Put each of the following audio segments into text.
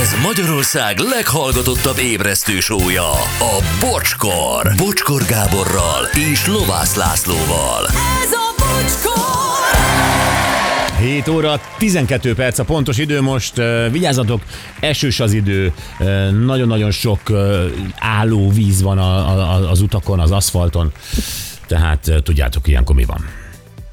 Ez Magyarország leghallgatottabb ébresztő sója, a Bocskor. Bocskor Gáborral és Lovász Lászlóval. Ez a bocskor! 7 óra, 12 perc a pontos idő most. ö, Vigyázzatok, esős az idő, ö, nagyon-nagyon sok ö, álló víz van a, a, az utakon, az aszfalton. Tehát ö, tudjátok, ilyenkor mi van.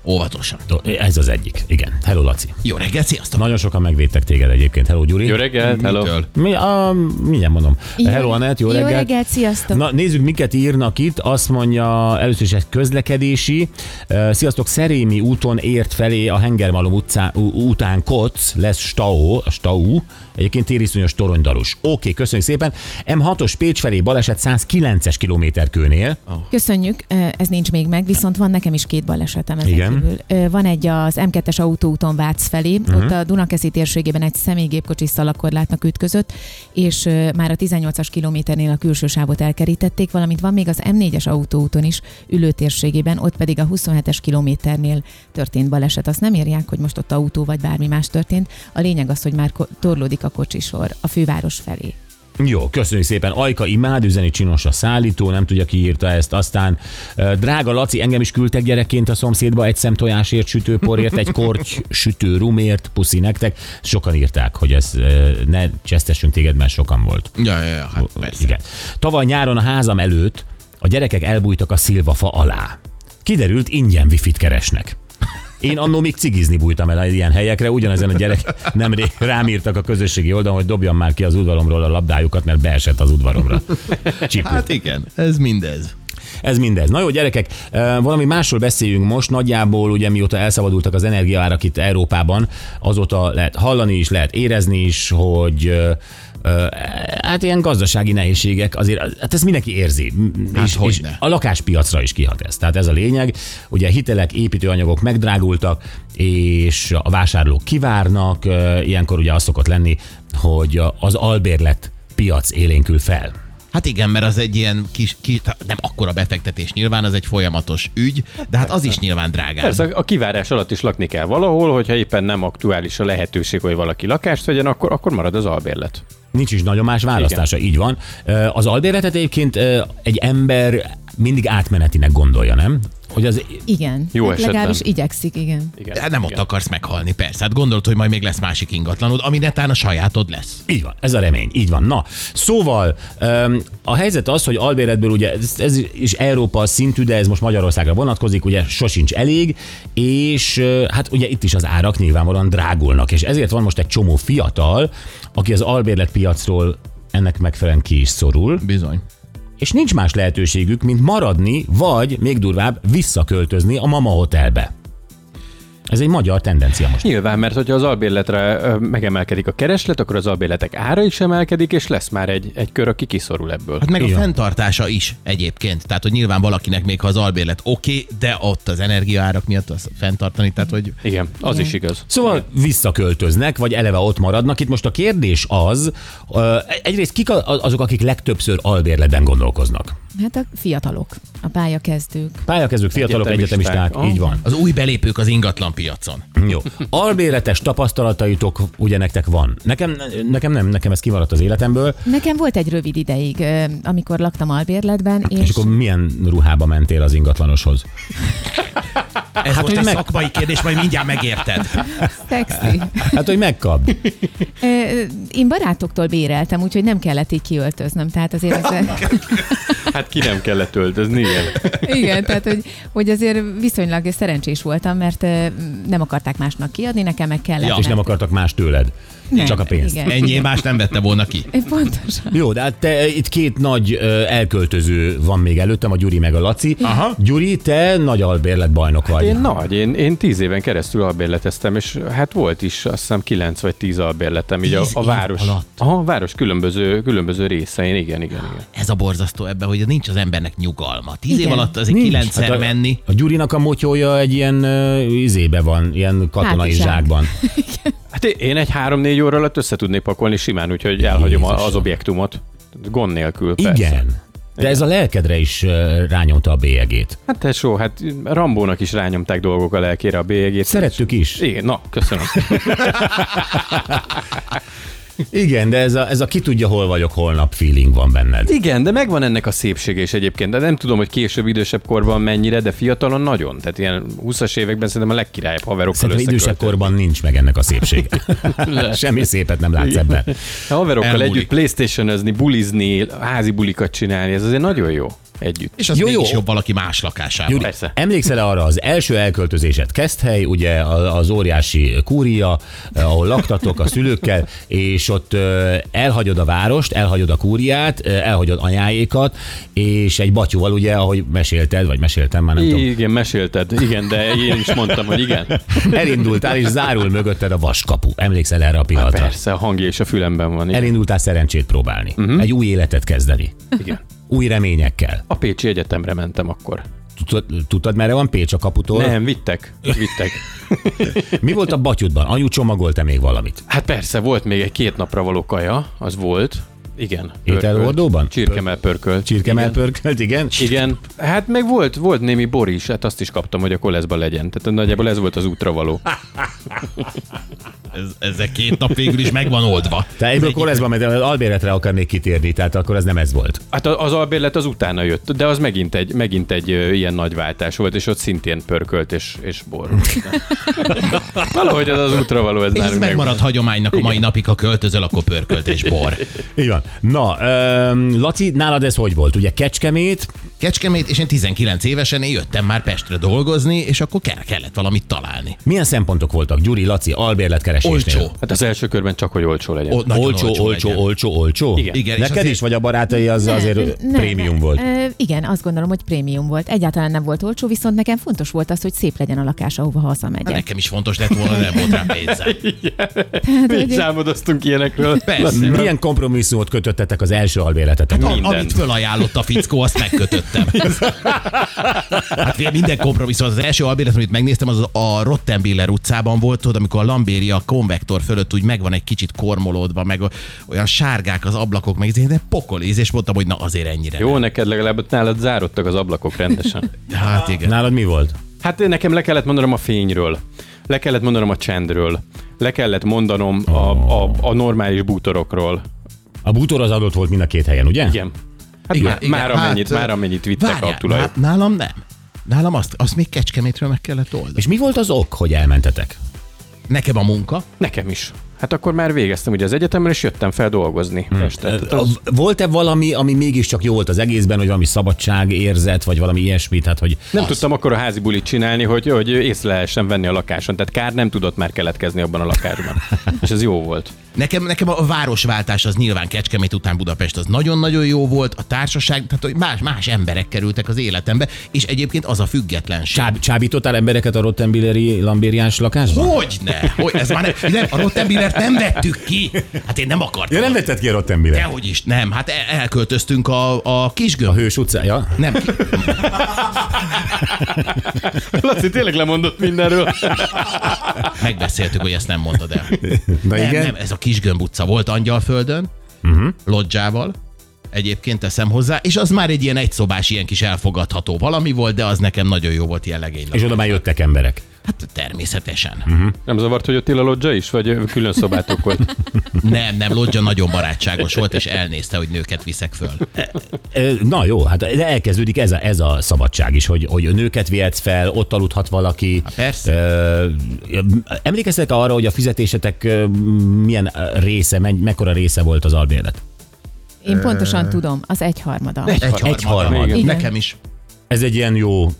Óvatosan. Do- Ez az egyik. Igen. Hello, Laci. Jó reggelt, sziasztok! Nagyon sokan megvédtek téged egyébként. Hello, Gyuri. Jó reggelt, hello. Mi, a, mindjárt mondom. Hello, Anett, jó reggelt. Jó reggelt, sziasztok. Na. Na, nézzük, miket írnak itt. Azt mondja először is egy közlekedési. Ö, Sziasztok, Szerémi úton ért felé a Hengermalom utcá, ú- után Koc lesz Stau, a Stau, egyébként tériszonyos toronydarus. Oké, okay, köszönjük szépen. M6-os Pécs felé baleset 109-es kilométer kőnél. Köszönjük, ö, ez nincs még meg, viszont van nekem is két balesetem ezen Igen. Mhm. kívül. Ö, Van egy az M2-es autóúton Vác felé, uh-huh. ott a Dunakeszi térségében egy személygépkocsi szalakorlátnak ütközött, és ö, már a 18-as kilométernél a külső sávot elkerítették, valamint van még az M4-es autóúton is ülőtérségében, ott pedig a 27-es kilométernél történt baleset. Azt nem írják, hogy most ott autó vagy bármi más történt. A lényeg az, hogy már ko- torlódik a kocsisor a főváros felé. Jó, köszönjük szépen. Ajka imád, üzeni csinos a szállító, nem tudja ki írta ezt. Aztán ö, drága Laci, engem is küldtek gyerekként a szomszédba egy szem tojásért, sütőporért, egy korty sütő rumért, puszi nektek. Sokan írták, hogy ez ö, ne csesztessünk téged, mert sokan volt. Ja, ja, ja, hát persze. Igen. Tavaly nyáron a házam előtt a gyerekek elbújtak a szilvafa alá. Kiderült, ingyen wifi-t keresnek. Én annó még cigizni bújtam el ilyen helyekre, ugyanezen a gyerek nemrég rám írtak a közösségi oldalon, hogy dobjam már ki az udvaromról a labdájukat, mert beesett az udvaromra. Csipú. Hát igen, ez mindez. Ez mindez. Na jó, gyerekek, ö, valami másról beszéljünk most. Nagyjából ugye mióta elszabadultak az energiaárak itt Európában, azóta lehet hallani is, lehet érezni is, hogy ö, ö, hát ilyen gazdasági nehézségek azért, hát ezt mindenki érzi. Hát és, és hogyne. a lakáspiacra is kihat ez. Tehát ez a lényeg. Ugye hitelek, építőanyagok megdrágultak, és a vásárlók kivárnak. Ö, Ilyenkor ugye az szokott lenni, hogy a- az albérlet piac élénkül fel. Hát igen, mert az egy ilyen kis, kis hát nem akkora befektetés nyilván, az egy folyamatos ügy, de hát az is nyilván drágább. Persze, a kivárás alatt is lakni kell valahol, hogyha éppen nem aktuális a lehetőség, hogy valaki lakást vegyen, akkor, akkor marad az albérlet. Nincs is nagyon más választása, Igen. így van. Ö, Az albérletet egyébként ö, egy ember mindig átmenetinek gondolja, nem? Hogy az Igen. Hát Jó esetben. Legalábbis igyekszik, igen. Igen. Hát nem ott Igen. akarsz meghalni, persze. Hát gondolod, hogy majd még lesz másik ingatlanod, ami netán a sajátod lesz. így van, ez a remény, így van. Na, szóval öm, a helyzet az, hogy albérletből ugye ez, ez is Európa szintű, de ez most Magyarországra vonatkozik, ugye sosincs elég, és ö, hát ugye itt is az árak nyilvánvalóan drágulnak, és ezért van most egy csomó fiatal, aki az albérletpiacról ennek megfelelően ki is szorul, Bizony. és nincs más lehetőségük, mint maradni, vagy még durvább visszaköltözni a Mama Hotelbe. Ez egy magyar tendencia most. Nyilván, mert hogyha az albérletre ö, megemelkedik a kereslet, akkor az albérletek ára is emelkedik, és lesz már egy, egy kör, aki kiszorul ebből. Hát meg Igen. a fenntartása is egyébként. Tehát, hogy nyilván valakinek még ha az albérlet oké, okay, de ott az energiaárak miatt azt fenntartani, tehát hogy Igen, az is igaz. Szóval visszaköltöznek, vagy eleve ott maradnak. Itt most a kérdés az, ö, egyrészt kik a- azok, akik legtöbbször albérletben gondolkoznak? Hát a fiatalok, a pályakezdők. Pályakezdők, fiatalok, Egyetemisták. egyetemisták, Ah. így van. az új belépők az ingatlan piacon. Jó. Albérletes tapasztalataitok ugye nektek van. Nekem, nekem nem, nekem ez kimaradt az életemből. Nekem volt egy rövid ideig, ö, amikor laktam albérletben, és, És akkor milyen ruhába mentél az ingatlanoshoz? Ez hát, hogy most egy meg- szakmai kérdés, majd mindjárt megérted. szexi. Hát, hogy megkapd. Ö, Én barátoktól béreltem, úgyhogy nem kellett így kiöltöznöm. Tehát azért ez, Hát ki nem kellett öltözni, igen. igen, tehát hogy, hogy azért viszonylag szerencsés voltam, mert ö, nem akarták másnak kiadni, nekem meg kellett. Hát, És nem akartak más tőled. Nem, Csak a pénzt. Igen. Ennyi más nem vette volna ki. Pontosan. Jó, de hát te, itt két nagy ö, elköltöző van még előttem, a Gyuri meg a Laci. Aha. Gyuri, te nagy albérletbajnok vagy. Én nagy, én, én tíz éven keresztül albérleteztem, és hát volt is azt hiszem kilenc vagy tíz albérletem, így a, Tíz a év város. alatt? Aha, a város különböző, különböző részein, igen, igen, igen. Ez a borzasztó ebben, hogy nincs az embernek nyugalma. Tíz év Igen. alatt azért kilencszer Hát a, menni. A Gyurinak a motyója egy ilyen ö, izébe van, ilyen katonai Hátizsák. zsákban. Hát én- én egy három-négy óra alatt össze tudnék pakolni simán, úgyhogy elhagyom a- az objektumot. Gond nélkül, persze. Igen. De ez a lelkedre is ö, rányomta a bélyegét. Hát tesó, hát Rambónak is rányomták dolgok a lelkére a bélyegét. Hát Szerettük is. Igen, na, köszönöm. Igen, de ez a, ez a ki tudja, hol vagyok holnap feeling van benned. Igen, de megvan ennek a szépsége is egyébként, de nem tudom, hogy később idősebb korban mennyire, de fiatalon nagyon. Tehát ilyen 20-as években szerintem a legkirályabb haverokkal Szerintem idősebb összeköltött. korban nincs meg ennek a szépsége. Semmi szépet nem látsz ebben. Ha haverokkal Elmúlik. együtt playstation bulizni, házi bulikat csinálni, ez azért nagyon jó együtt. És az Jó, jó, mégis jó. jó. jobb valaki más lakásában. Gyuri, Persze. emlékszel arra az első elköltözésed Keszthely, ugye a- az óriási kúria, eh, ahol laktatok a szülőkkel, és ott eh, elhagyod a várost, elhagyod a kúriát, eh, elhagyod anyáékat, és egy batyúval ugye, ahogy mesélted, vagy meséltem már, nem tudom, Igen, mesélted, igen, de én is mondtam, hogy igen. elindultál, és zárul mögötted a vaskapu. Emlékszel erre a pillanatra? Persze, a hangja és a fülemben van. Igen. Elindultál szerencsét próbálni, uh-huh. egy új életet kezdeni, Mhm. igen. új reményekkel. A Pécsi Egyetemre mentem akkor. Tudtad, tudtad merre van Pécs a kaputól? Nem, vittek, vittek. Mi volt a batyudban? Anyu csomagolt-e még valamit? Hát persze, volt még egy két napra való kaja, az volt. Igen. Ételhordóban? Csirkemel pörkölt. Csirkemel pörkölt, igen? Igen, hát meg volt, volt némi bor is, hát azt is kaptam, hogy a koleszba legyen. Tehát nagyjából ez volt az útra való. Ez, ezek két nap végül is megvan oldva. Te egyből koleszba, mert az albéletre akarnék kitérni, tehát akkor ez nem ez volt. Hát a- az albérlet az utána jött, de az megint egy, megint egy ö, ilyen nagy váltás volt, és ott szintén pörkölt és, és bor. Valahogy ez az útra való, ez És ez nálunk megvan. megmarad hagyománynak a mai napig, ha költözöl, akkor pörkölt és bor. Így van. Na, öm, Laci, nálad ez hogy volt? Ugye Kecskemét, Kecskemét, és én 19 évesen én jöttem már Pestre dolgozni, és akkor kell, kellett valamit találni. milyen szempontok voltak? Gyuri, Laci, albérletkeresésnél? Olcsó. Hát az első körben csak, hogy olcsó legyen. O- nagyon Olcsó, olcsó, olcsó, legyen. olcsó, olcsó? Igen. Igen, és Neked azért- is, vagy a barátai az azért prémium volt? Ö, igen, azt gondolom, hogy prémium volt. Egyáltalán nem volt olcsó, viszont nekem fontos volt az, hogy szép legyen a lakás, ahova hazamegyek. Nekem is fontos lett volna, de nem volt rá pénzem. Hát, Mi is álmodoztunk ilyenekről. Persze. Milyen kompromisszumot kötöttetek az első albérletetek? A- mindent. Amit fölajánlott a fickó, azt megkötöttem. Hát figyelj, minden kompromisszum. Az első albérlet, amit megnéztem, az a Rottenbiller utcában volt, tudod, amikor a Lambéria a konvektor fölött úgy megvan egy kicsit kormolódva, meg olyan sárgák az ablakok, meg izé, de pokolíz, és mondtam, hogy na azért ennyire. Jó, neked legalább ott nálad zárodtak az ablakok rendesen. nem. Hát igen. Nálad mi volt? Hát nekem le kellett mondanom a fényről, le kellett mondanom a csendről, le kellett mondanom a, a, a normális bútorokról. A bútor az adott volt mind a két helyen, ugye? Igen. Hát igen, már, igen, már, amennyit, hát, már amennyit vittek várjá, a tulajok. ná- nálam nem. Nálam azt, azt még kecskemétről meg kellett oldani. És mi volt az ok, hogy elmentetek? Nekem a munka, Nekem is. Hát akkor már végeztem ugye az egyetemre, és jöttem fel dolgozni. Hmm. Este. Tehát az, Volt-e valami, ami mégiscsak jó volt az egészben, hogy valami szabadságérzet, vagy valami ilyesmi, tehát hogy... nem tudtam akkor a házi bulit csinálni, hogy, hogy észre lehessen venni a lakáson. Tehát kár nem tudott már keletkezni abban a lakásban. és ez jó volt. Nekem, nekem a városváltás az nyilván Kecskemét után Budapest az nagyon-nagyon jó volt, a társaság, tehát hogy más, más emberek kerültek az életembe, és egyébként az a függetlenség. Csáb, csábítottál embereket a Rottenbilleri lambériás lakásban? Hogy ne? Hogy, ez már nem, nem, a Rottenbillert nem vettük ki. Hát én nem akartam. Ja, nem vetted ki a Rottenbiller. Dehogy is, nem. Hát el- elköltöztünk a, a A kisgömb. Hős utcája? Nem, ki- Laci tényleg lemondott mindenről. megbeszéltük, hogy ezt nem mondod el. Na Nem, igen. Mhm. nem, ez a kisgömb utca volt Angyalföldön, uh-huh. lodzsával, egyébként teszem hozzá, és az már egy ilyen egyszobás, ilyen kis elfogadható valami volt, de az nekem nagyon jó volt ilyen legény. És Mhm. oda már jöttek emberek. Hát természetesen. Uh-huh. Nem zavart, hogy ott illalodzsa is, vagy külön szobátok volt? Nem, nem, Lodzsa nagyon barátságos volt, és elnézte, hogy nőket viszek föl. Ö, Na jó, hát de elkezdődik ez a, ez a szabadság is, hogy, hogy nőket vihetsz fel, ott aludhat valaki. Hát persze. Ö, Emlékeztek arra, hogy a fizetésetek ö, milyen ö, része, men- mekkora része volt az albérlet? Én pontosan tudom, az egyharmada. Egy harmad. Igen. Nekem is. Ez egy ilyen jó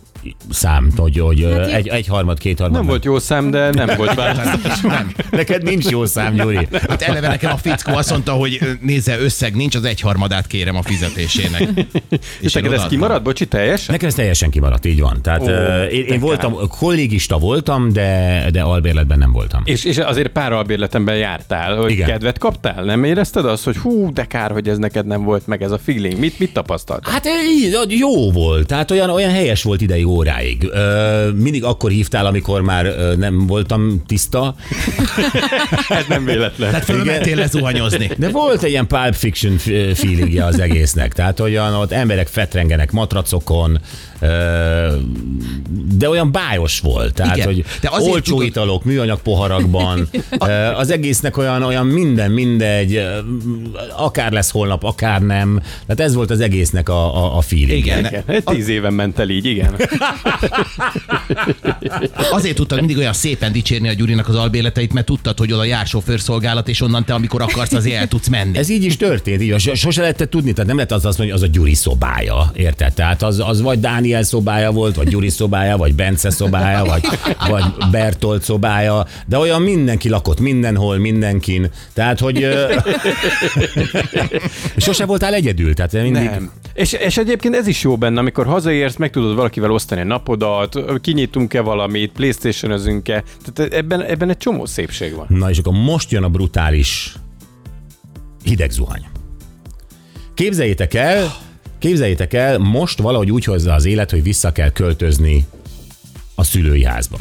szám, hogy, hogy hát így- egy, egy harmad, két harmad. Nem volt jó szám, de nem volt változás. Nem. Neked nincs jó szám, Gyuri. Hát eleve nekem a fickó azt mondta, hogy ö, nézze, összeg nincs, az egyharmadát kérem a fizetésének. És én neked ez odaadtam. kimarad? Bocsi, teljesen? Nekem ez teljesen kimaradt, így van. Tehát Ó, én, én voltam, kollégista voltam, de, de albérletben nem voltam. És, és azért pár albérletemben jártál, hogy Igen. Igen. kedvet kaptál? Nem érezted azt, hogy hú, de kár, hogy ez neked nem volt meg ez a feeling? Mit, mit tapasztaltál? Hát így, hogy jó volt, tehát olyan, olyan helyes volt ideig óráig. Ö, mindig akkor hívtál, amikor már ö, nem voltam tiszta, Hát, Ez Hát nem véletlen. Tehát fölmentél lezuhanyozni. de volt egy ilyen eh, Pulp Fiction f- feelingje az egésznek, tehát olyan ott emberek fetrengenek matracokon, Ö, De olyan bájos volt, tehát Igen, hogy de azért olcsó tudod- italok, műanyag poharakban, Ö, az egésznek olyan, olyan minden mindegy, ö, akár lesz holnap, akár nem. Tehát ez volt az egésznek a, a, a feeling. Igen, Igen, hát tíz éven ment el így, igen. Azért tudtad mindig olyan szépen dicsérni a Gyurinak az albéleteit, mert tudtad, hogy oda jár sofőrszolgálat, és onnan te, amikor akarsz, azért el tudsz menni. Ez így is történt, így van. So- sose lehetett tudni, tehát nem lehet az azt mondani, hogy az a Gyuri szobája, érted? Tehát az, az vagy Dániel szobája volt, vagy Gyuri szobája, vagy Bence szobája, vagy, vagy Bertolt szobája, de olyan mindenki lakott mindenhol, mindenkin. Tehát, hogy... ö, sose voltál egyedül, tehát mindig... Nem. És, és egyébként ez is jó benne, amikor hazaérsz, meg tudod valakivel osztani a napodat, kinyitunk-e valamit, playstation e tehát ebben, ebben egy csomó szépség van. Na és akkor most jön a brutális hideg zuhany. Képzeljétek el, képzeljétek el, most valahogy úgy hozza az élet, hogy vissza kell költözni a szülői házba.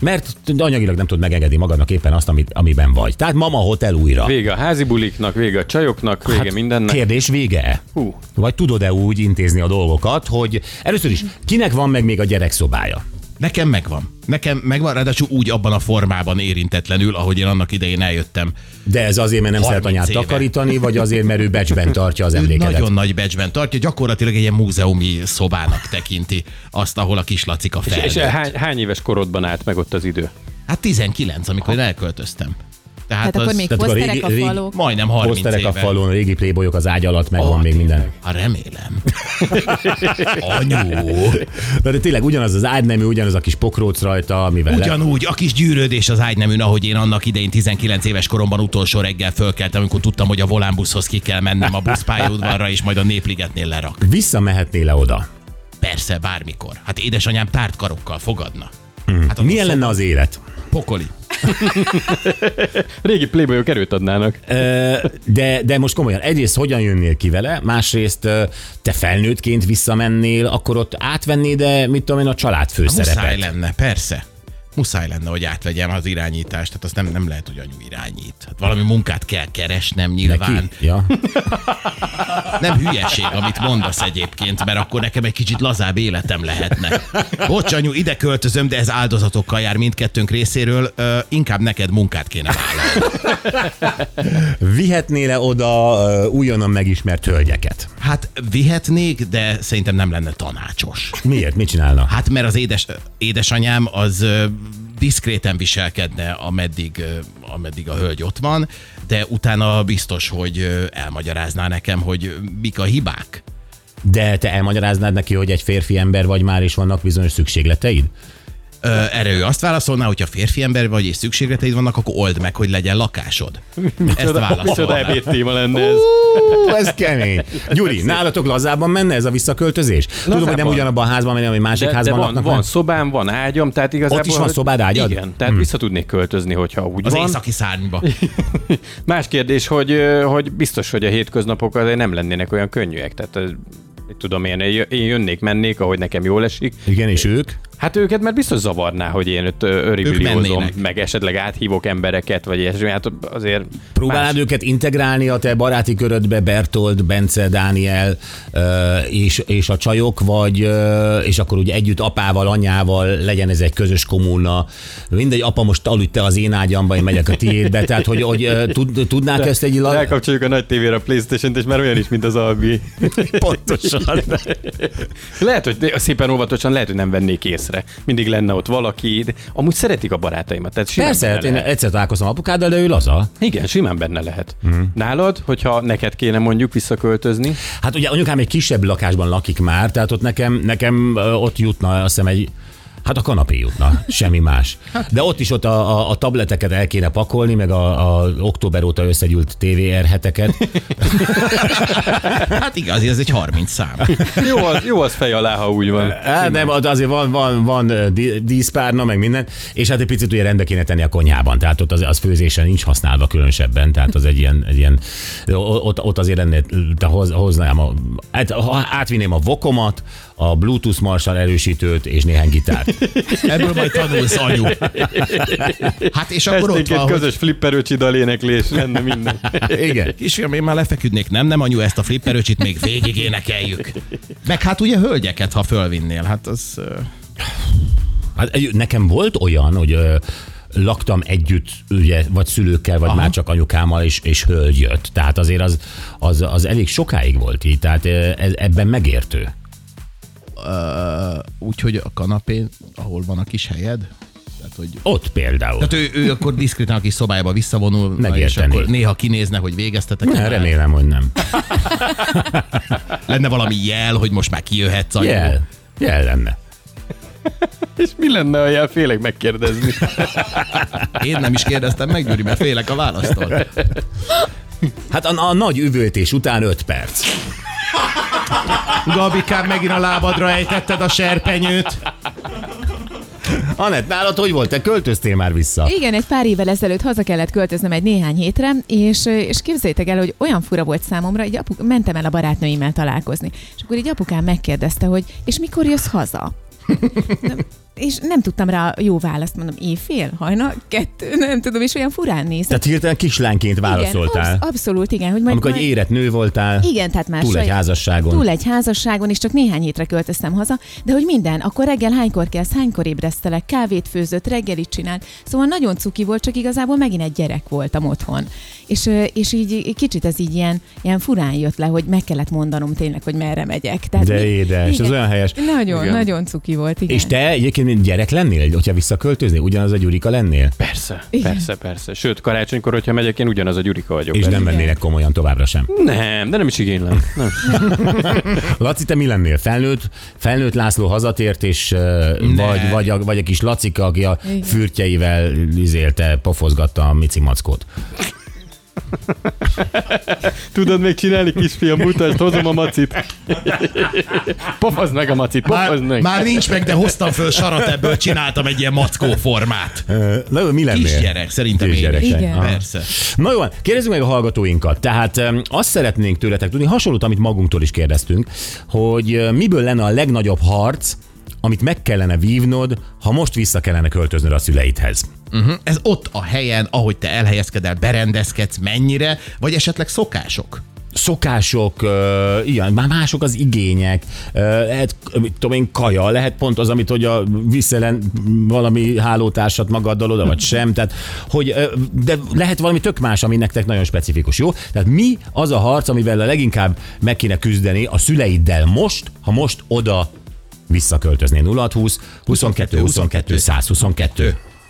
Mert anyagilag nem tudod megengedni magadnak éppen azt, amit, amiben vagy. Tehát mama hotel újra. Vége a házi buliknak, vége a csajoknak, vége hát, mindennek. Kérdés vége-e? Hú. Vagy tudod-e úgy intézni a dolgokat, hogy először is, kinek van meg még a gyerekszobája? Nekem megvan. Nekem megvan, ráadásul úgy abban a formában érintetlenül, ahogy én annak idején eljöttem. De ez azért, mert nem szeret 30 anyát éve. takarítani, vagy azért, mert ő becsben tartja az Ő emlékedet. nagyon nagy becsben tartja, gyakorlatilag egy ilyen múzeumi szobának tekinti azt, ahol a kis Lacika fel. És hány, hány éves korodban állt meg ott az idő? Hát 19, amikor én elköltöztem. Tehát, Tehát Hát akkor az még hát tehát akkor a poszterek a régi- régi- falok. majdnem 30 Poszterek éve. a falon, régi playboyok az ágy alatt, megvan Ah, még tényleg. minden. Hát remélem. Anyu. Na de tényleg ugyanaz az ágynemű, ugyanaz a kis pokróc rajta, amivel... le- Ugyanúgy a kis gyűrődés az ágyneműn, ahogy én annak idején 19 éves koromban utolsó reggel fölkeltem, amikor tudtam, hogy a volánbuszhoz ki kell mennem a buszpályaudvarra, és majd a népligetnél lerak. Visszamehetnél le oda? Persze, bármikor. Hát édesanyám tárt karokkal fogadna. Hmm. Hát az Milyen lenne az élet? pokoli. Hát Régi playboyok erőt adnának. Ö, De, de most komolyan, egyrészt hogyan jönnél ki vele, másrészt ö, te felnőttként visszamennél, akkor ott átvennéd, de mit tudom én, a család Muszáj főszerepet. lenne, persze. Muszáj lenne, hogy átvegyem az irányítást, tehát azt nem, nem lehet, hogy anyu irányít. Hát valami munkát kell keresnem nyilván. Neki? Neki? Ja. Nem hülyeség, amit mondasz egyébként, mert akkor nekem egy kicsit lazább életem lehetne. Bocs, anyu, ide költözöm, de ez áldozatokkal jár mindkettőnk részéről. Ö, inkább neked munkát kéne vállalni. Vihetnél le oda ö, újonnan megismert hölgyeket? Hát vihetnék, de szerintem nem lenne tanácsos. Miért? Mit csinálnak? Hát mert az édes, édesanyám az ö, diszkréten viselkedne, ameddig, ö, ameddig a hölgy ott van, de utána biztos, hogy ö, elmagyarázná nekem, hogy mik a hibák. De te elmagyaráznád neki, hogy egy férfi ember vagy már, és vannak bizonyos szükségleteid? Ö, Erre ő azt válaszolná, hogy ha férfi ember vagy és szükségleteid vannak, akkor old meg, hogy legyen lakásod. Ezt Micsoda válaszolná. ebédtéma lenne ez. Ú, ez kemény. Gyuri, nálatok lazábban menne ez a visszaköltözés? Tudom, hogy nem Lazábban. ugyanabban a házban, hanem egy másik De, de házban van, laknak. van mert- szobám, van ágyam, tehát igazából... Ott is van hogy- szobád, ágyad? Hm. Igen, tehát vissza tudnék költözni, hogyha úgy Az van. északi szárnyba. Más kérdés, hogy, ö, hogy biztos, hogy a hétköznapok azért nem lennének olyan könnyűek. Tehát ö, mit tudom én, én jönnék, mennék, ahogy nekem jól esik. Igen, és ők? Hát őket már biztos zavarná, hogy én ott ö, öribiliózom, mennének. meg esetleg áthívok embereket, vagy ilyesmi. Hát azért Próbálád más. őket integrálni a te baráti körödbe, Bertold, Bence, Dániel ö, és, és a csajok, vagy ö, és akkor ugye együtt apával, anyával legyen ez egy közös kommuna. Mindegy, apa most aludj te az én ágyamba, én megyek a tiédbe, tehát hogy, hogy ö, tud, tudnák ezt egy illat? Elkapcsoljuk a nagy tévére a Playstation-t, és már olyan is, mint az Albi. Pontosan. lehet, hogy szépen óvatosan, lehet, hogy nem vennék észre. Mindig lenne ott valaki, de amúgy szeretik a barátaimat. Tehát simán Persze, benne hát én lehet. egyszer találkoztam apukáddal, de ő laza. Igen, simán benne lehet. Mhm. Mm. Nálad, hogyha neked kéne mondjuk visszaköltözni, Hát ugye anyukám egy kisebb lakásban lakik már, tehát ott nekem, nekem ö, ott jutna, azt hiszem egy Hát a kanapé jutna, semmi más. De ott is ott a, a, a tableteket el kéne pakolni, meg a, a október óta összegyűlt TVR heteket. Hát igaz, ez egy 30 szám. jó az, jó az fej alá, ha úgy van. Hát nem, ott azért van, van, van ö, di- díszpárna, meg minden, és hát egy picit ugye rendbe kéne tenni a konyhában, tehát ott az, az főzésre nincs használva különösebben, tehát az egy ilyen, egy ilyen o- ott, ott azért lenne, de hoz, hoznám a, hát, ha- átvinném a vokomat, a Bluetooth marsal erősítőt és néhány gitárt. Ebből majd tanulsz, anyu. Hát és akkor ott Esténként van, hogy közös flipperőcsi daléneklés lenne minden. Igen. Kisfiam, én már lefeküdnék, nem, nem anyu, ezt a flipperöcsit még végig énekeljük. Meg hát ugye hölgyeket, ha fölvinnél, hát az... ö, Hát egy- nekem volt olyan, hogy ö, laktam együtt, ugye, vagy szülőkkel, vagy Aha. már csak anyukámmal, és, és hölgy jött. Tehát azért az, az, az elég sokáig volt így, tehát ö, ez, ebben megértő. Ö, úgyhogy a kanapén, ahol van a kis helyed, tehát hogy Ott például. tehát Hát ő, ő akkor diszkrétan a kis szobájába visszavonul, és Megérteni. akkor néha kinézne, hogy végeztetek. Ne, Hát, remélem, hogy nem. Lenne valami jel, hogy most már kijöhetsz. anyu. Jel. Jel lenne. És mi lenne, ha jel félek megkérdezni? Én nem is kérdeztem meg, Gyuri, mert félek a választól. Hát a, a nagy üvöltés után 5 perc. Gabikám, megint a lábadra ejtetted a serpenyőt. Anett, nálad hogy volt? Te költöztél már vissza. Igen, egy pár évvel ezelőtt haza kellett költöznem egy néhány hétre, és, és képzeljétek el, hogy olyan fura volt számomra, így apu, mentem el a barátnőimmel találkozni, és akkor így apukám megkérdezte, hogy és mikor jössz haza? Nem, és nem tudtam rá a jó választ, mondom, éjfél, hajna, kettő, nem tudom, és olyan furán nézett. Tehát hirtelen kislányként válaszoltál. Igen, absz- abszolút igen, hogy majd, amikor egy majd... érett nő voltál, Igen, tehát már túl egy saját- házasságon. Túl egy házasságon, és csak néhány hétre költöztem haza, de hogy minden, akkor reggel hánykor kelsz, hánykor ébresztelek, kávét főzött, reggelit csinált, szóval nagyon cuki volt, csak igazából megint egy gyerek voltam otthon. És, ö, és így így kicsit ez így ilyen, ilyen furán jött le, hogy meg kellett mondanom tényleg, hogy merre megyek. Tehát De mi- édes, ez olyan helyes. Nagyon, Igen. igen. nagyon cuki volt, igen. És te egyébként mint gyerek lennél, hogyha visszaköltöznél? Ugyanaz a Gyurika lennél? Persze, persze, persze. Sőt, karácsonykor, hogyha megyek, én ugyanaz a Gyurika vagyok. És nem vennének komolyan továbbra sem. nem, de nem is igénylem. Nem. Laci, te mi lennél? Felnőtt, felnőtt László hazatért, és ö, vagy, vagy, a, vagy a kis Lacika, aki a Igen. fürtjeivel izélte, pofozgatta a Mici Mackót. Tudod még csinálni, kisfiam, mutasd, hozom a macit. Pofozd meg a macit, Már, pofozd meg. már nincs meg, de hoztam föl sarat, ebből csináltam egy ilyen mackó formát. Ö, Na, mi lennél? Kisgyerek, szerintem én. Kisgyerek. is. Igen. Aha. Persze. Na jó, kérdezzük meg a hallgatóinkat. Tehát em, azt szeretnénk tőletek tudni, hasonlót, amit magunktól is kérdeztünk, hogy ö, miből lenne a legnagyobb harc, amit meg kellene vívnod, ha most vissza kellene költöznöd a szüleidhez. Uh-huh. Ez ott a helyen, ahogy te elhelyezkedel, berendezkedsz, mennyire, vagy esetleg szokások? Szokások, ö, ilyen, már mások az igények, ö, lehet, mit tudom én, kaja, lehet pont az, amit hogy a viszelen valami hálótársat magaddal oda, vagy sem, tehát, hogy, ö, de lehet valami tök más, ami nektek nagyon specifikus, jó? Tehát mi az a harc, amivel a leginkább meg kéne küzdeni a szüleiddel most, ha most oda visszaköltöznél 0620 22 22 122.